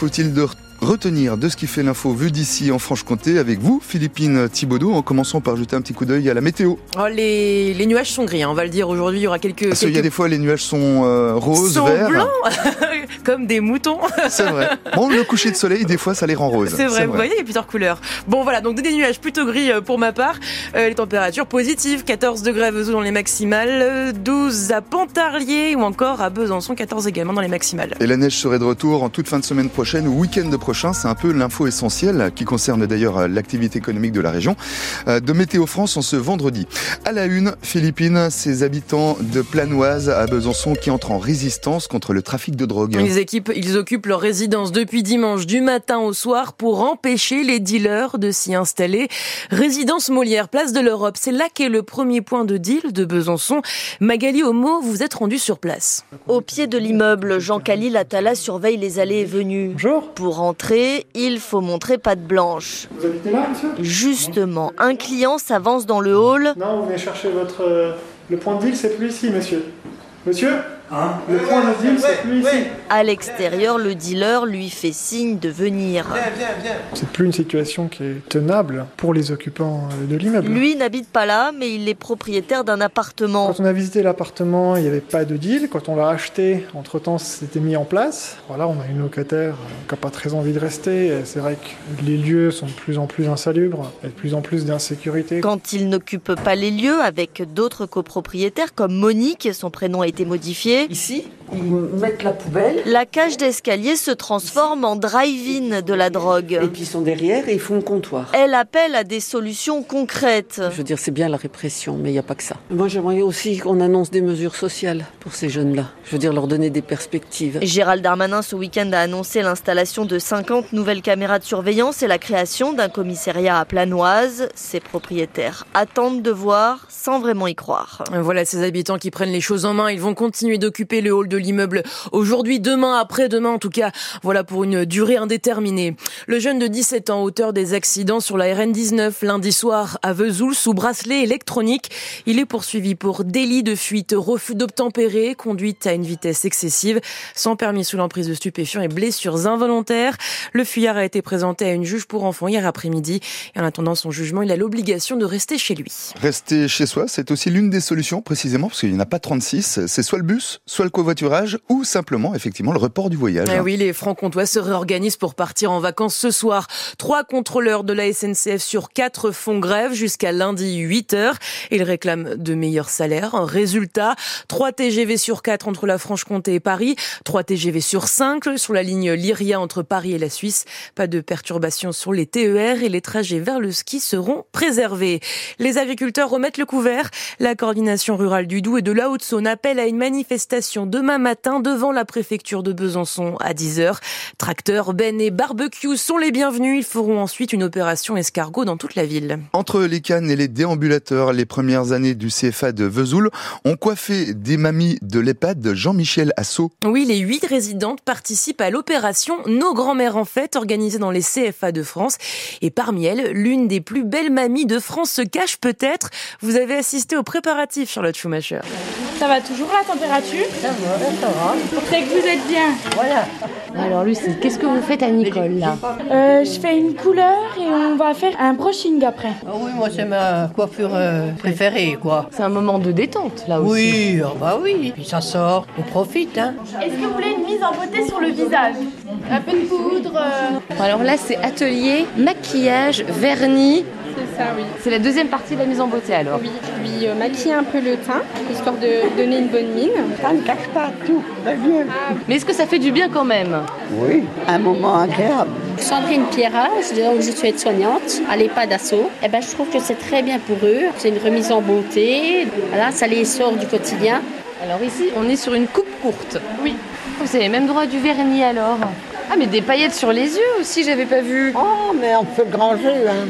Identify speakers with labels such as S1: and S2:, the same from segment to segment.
S1: Faut-il de retenir de ce qui fait l'info vue d'ici en Franche-Comté avec vous, Philippine Thibaudot, en commençant par jeter un petit coup d'œil à la météo.
S2: Oh, les, les nuages sont gris, hein, on va le dire aujourd'hui. Il y aura quelques.
S1: Parce qu'il y a
S2: quelques-
S1: des fois, les nuages sont euh, roses,
S2: sont
S1: verts.
S2: blancs comme des moutons.
S1: C'est vrai. Bon, le coucher de soleil, des fois, ça les rend roses.
S2: C'est vrai, vous voyez, il y a plusieurs couleurs. Bon, voilà, donc des nuages plutôt gris euh, pour ma part. Euh, les températures positives 14 degrés à Vesoul dans les maximales, euh, 12 à Pontarlier ou encore à Besançon, 14 également dans les maximales.
S1: Et la neige serait de retour en toute fin de semaine prochaine ou week-end prochain. C'est un peu l'info essentielle qui concerne d'ailleurs euh, l'activité économique de la région. euh, De Météo France en ce vendredi. À la une, Philippines, ces habitants de Planoise à Besançon qui entrent en résistance contre le trafic de drogue.
S2: Ils, équipent, ils occupent leur résidence depuis dimanche du matin au soir pour empêcher les dealers de s'y installer. Résidence Molière, place de l'Europe, c'est là qu'est le premier point de deal de Besançon. Magali Homo, vous êtes rendue sur place.
S3: Au pied de l'immeuble, Jean-Khalil Attala surveille les allées et venues.
S4: Bonjour.
S3: Pour entrer, il faut montrer patte blanche.
S4: Vous habitez là, monsieur
S3: Justement, un client s'avance dans le hall.
S4: Non, vous venez chercher votre. euh, le point de deal, c'est plus ici, monsieur. Monsieur Le point de deal, c'est plus ici.
S3: À l'extérieur, le dealer lui fait signe de venir.
S4: C'est plus une situation qui est tenable pour les occupants euh, de l'immeuble.
S3: Lui n'habite pas là, mais il est propriétaire d'un appartement.
S4: Quand on a visité l'appartement, il n'y avait pas de deal. Quand on l'a acheté, entre-temps, c'était mis en place. Voilà, on a une locataire euh, qui n'a pas très envie de rester. Et C'est vrai que les lieux sont de plus en plus insalubres et de plus en plus d'insécurité.
S3: Quand il n'occupe pas les lieux avec d'autres copropriétaires comme Monique, son prénom a été modifié,
S5: Ici, ils mettent la poubelle
S3: la cage d'escalier se transforme en drive-in de la
S5: et
S3: drogue.
S5: puis ils sont derrière et ils font le comptoir.
S3: Elle appelle à des solutions concrètes.
S5: Je veux dire, c'est bien la répression, mais il n'y a pas que ça. Moi, j'aimerais aussi qu'on annonce des mesures sociales pour ces jeunes-là. Je veux dire, leur donner des perspectives.
S3: Gérald Darmanin ce week-end a annoncé l'installation de 50 nouvelles caméras de surveillance et la création d'un commissariat à Planoise. Ses propriétaires attendent de voir sans vraiment y croire.
S2: Voilà ces habitants qui prennent les choses en main. Ils vont continuer d'occuper le hall de l'immeuble aujourd'hui, demain, après-demain, en tout cas, voilà pour une durée indéterminée. Le jeune de 17 ans, auteur des accidents sur la RN19 lundi soir à Vesoul sous bracelet électronique, il est poursuivi pour délit de fuite, refus d'obtempérer, conduite à une vitesse excessive, sans permis sous l'emprise de stupéfiants et blessures involontaires. Le fuyard a été présenté à une juge pour enfants hier après-midi. Et en attendant son jugement, il a l'obligation de rester chez lui.
S1: Rester chez soi, c'est aussi l'une des solutions, précisément, parce qu'il n'y en a pas 36. C'est soit le bus, soit le covoiturage, ou simplement, effectivement, le report du voyage.
S2: Eh oui, les francs-comtois se réorganisent pour partir en vacances ce soir. Trois contrôleurs de la SNCF sur quatre font grève jusqu'à lundi 8 heures. Ils réclament de meilleurs salaires. Un Résultat, trois TGV sur quatre entre la Franche-Comté et Paris, trois TGV sur cinq sur la ligne Lyria entre Paris et la Suisse. Pas de perturbations sur les TER et les trajets vers le ski seront préservés. Les agriculteurs remettent le couvert. La coordination rurale du Doubs et de la Haute-Saône appelle à une manifestation demain matin devant la préfecture de Besançon à 10h. Tracteurs, bennes et barbecue sont les bienvenus. Ils feront ensuite une opération escargot dans toute la ville.
S1: Entre les cannes et les déambulateurs, les premières années du CFA de Vesoul ont coiffé des mamies de l'EHPAD Jean-Michel Assaut.
S2: Oui, les huit résidentes participent à l'opération Nos grands-mères en fête organisée dans les CFA de France. Et parmi elles, l'une des plus belles mamies de France se cache peut-être. Vous avez assisté aux préparatifs, Charlotte Schumacher.
S6: Ça va toujours la température Ça va, ça va. Pour que vous êtes bien.
S7: Alors Lucie, qu'est-ce que vous faites à Nicole là
S6: Euh, je fais une couleur et on va faire un brushing après.
S8: Ah oui, moi c'est ma coiffure euh, préférée, quoi.
S7: C'est un moment de détente là aussi.
S8: Oui, ah bah oui. Puis ça sort, on profite, hein.
S6: Est-ce que vous voulez une mise en beauté sur le visage Un peu de poudre.
S7: Alors là c'est atelier, maquillage, vernis.
S9: C'est ça, oui.
S7: C'est la deuxième partie de la mise en beauté alors.
S9: Oui, je lui euh, maquille un peu le teint, histoire de donner une bonne mine.
S10: Ça ne cache pas tout, va bien.
S7: Mais est-ce que ça fait du bien quand même
S10: Oui, un moment agréable.
S11: Sandrine Pierrage, donc je suis aide-soignante à l'EHPAD d'assaut. Eh ben, je trouve que c'est très bien pour eux. C'est une remise en beauté. Voilà, ça les sort du quotidien.
S7: Alors ici on est sur une coupe courte. Oui. Vous avez même droit à du vernis alors. Ah mais des paillettes sur les yeux aussi, j'avais pas vu.
S10: Oh, mais on peut grand jeu, hein.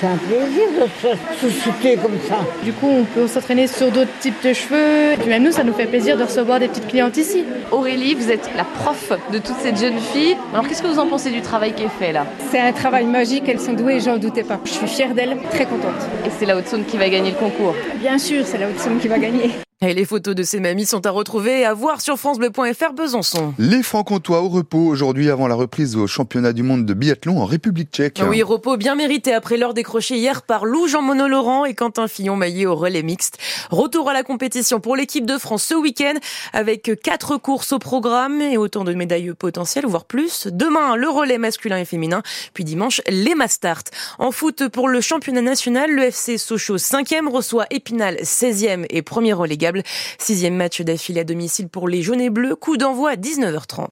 S10: C'est un plaisir de se sous-souter comme ça.
S9: Du coup, on peut s'entraîner sur d'autres types de cheveux. Et puis même nous, ça nous fait plaisir de recevoir des petites clientes ici.
S7: Oh, Aurélie, vous êtes la prof de toutes ces jeunes filles. Alors qu'est-ce que vous en pensez du travail qui est fait là
S9: C'est un travail magique, elles sont douées, j'en doutais pas. Je suis fière d'elles, très contente.
S7: Et c'est la Haute-Saône qui va gagner le concours.
S9: Bien sûr, c'est la haute somme qui va gagner.
S2: Et les photos de ces mamies sont à retrouver et à voir sur francebleu.fr Besançon.
S1: Les Franc-Comtois au repos aujourd'hui avant la reprise au championnat du monde de biathlon en République tchèque.
S2: Ah Bah Oui, repos bien mérité après l'heure décrochée hier par Lou Jean-Mono Laurent et Quentin Fillon maillé au relais mixte. Retour à la compétition pour l'équipe de France ce week-end avec quatre courses au programme et autant de médailles potentielles, voire plus. Demain, le relais masculin et féminin, puis dimanche, les Mastart. En foot, pour le championnat national, le FC Sochaux 5e reçoit Épinal 16e et premier relégable. Sixième match d'affilée à domicile pour les jaunes et bleus. Coup d'envoi à 19h30.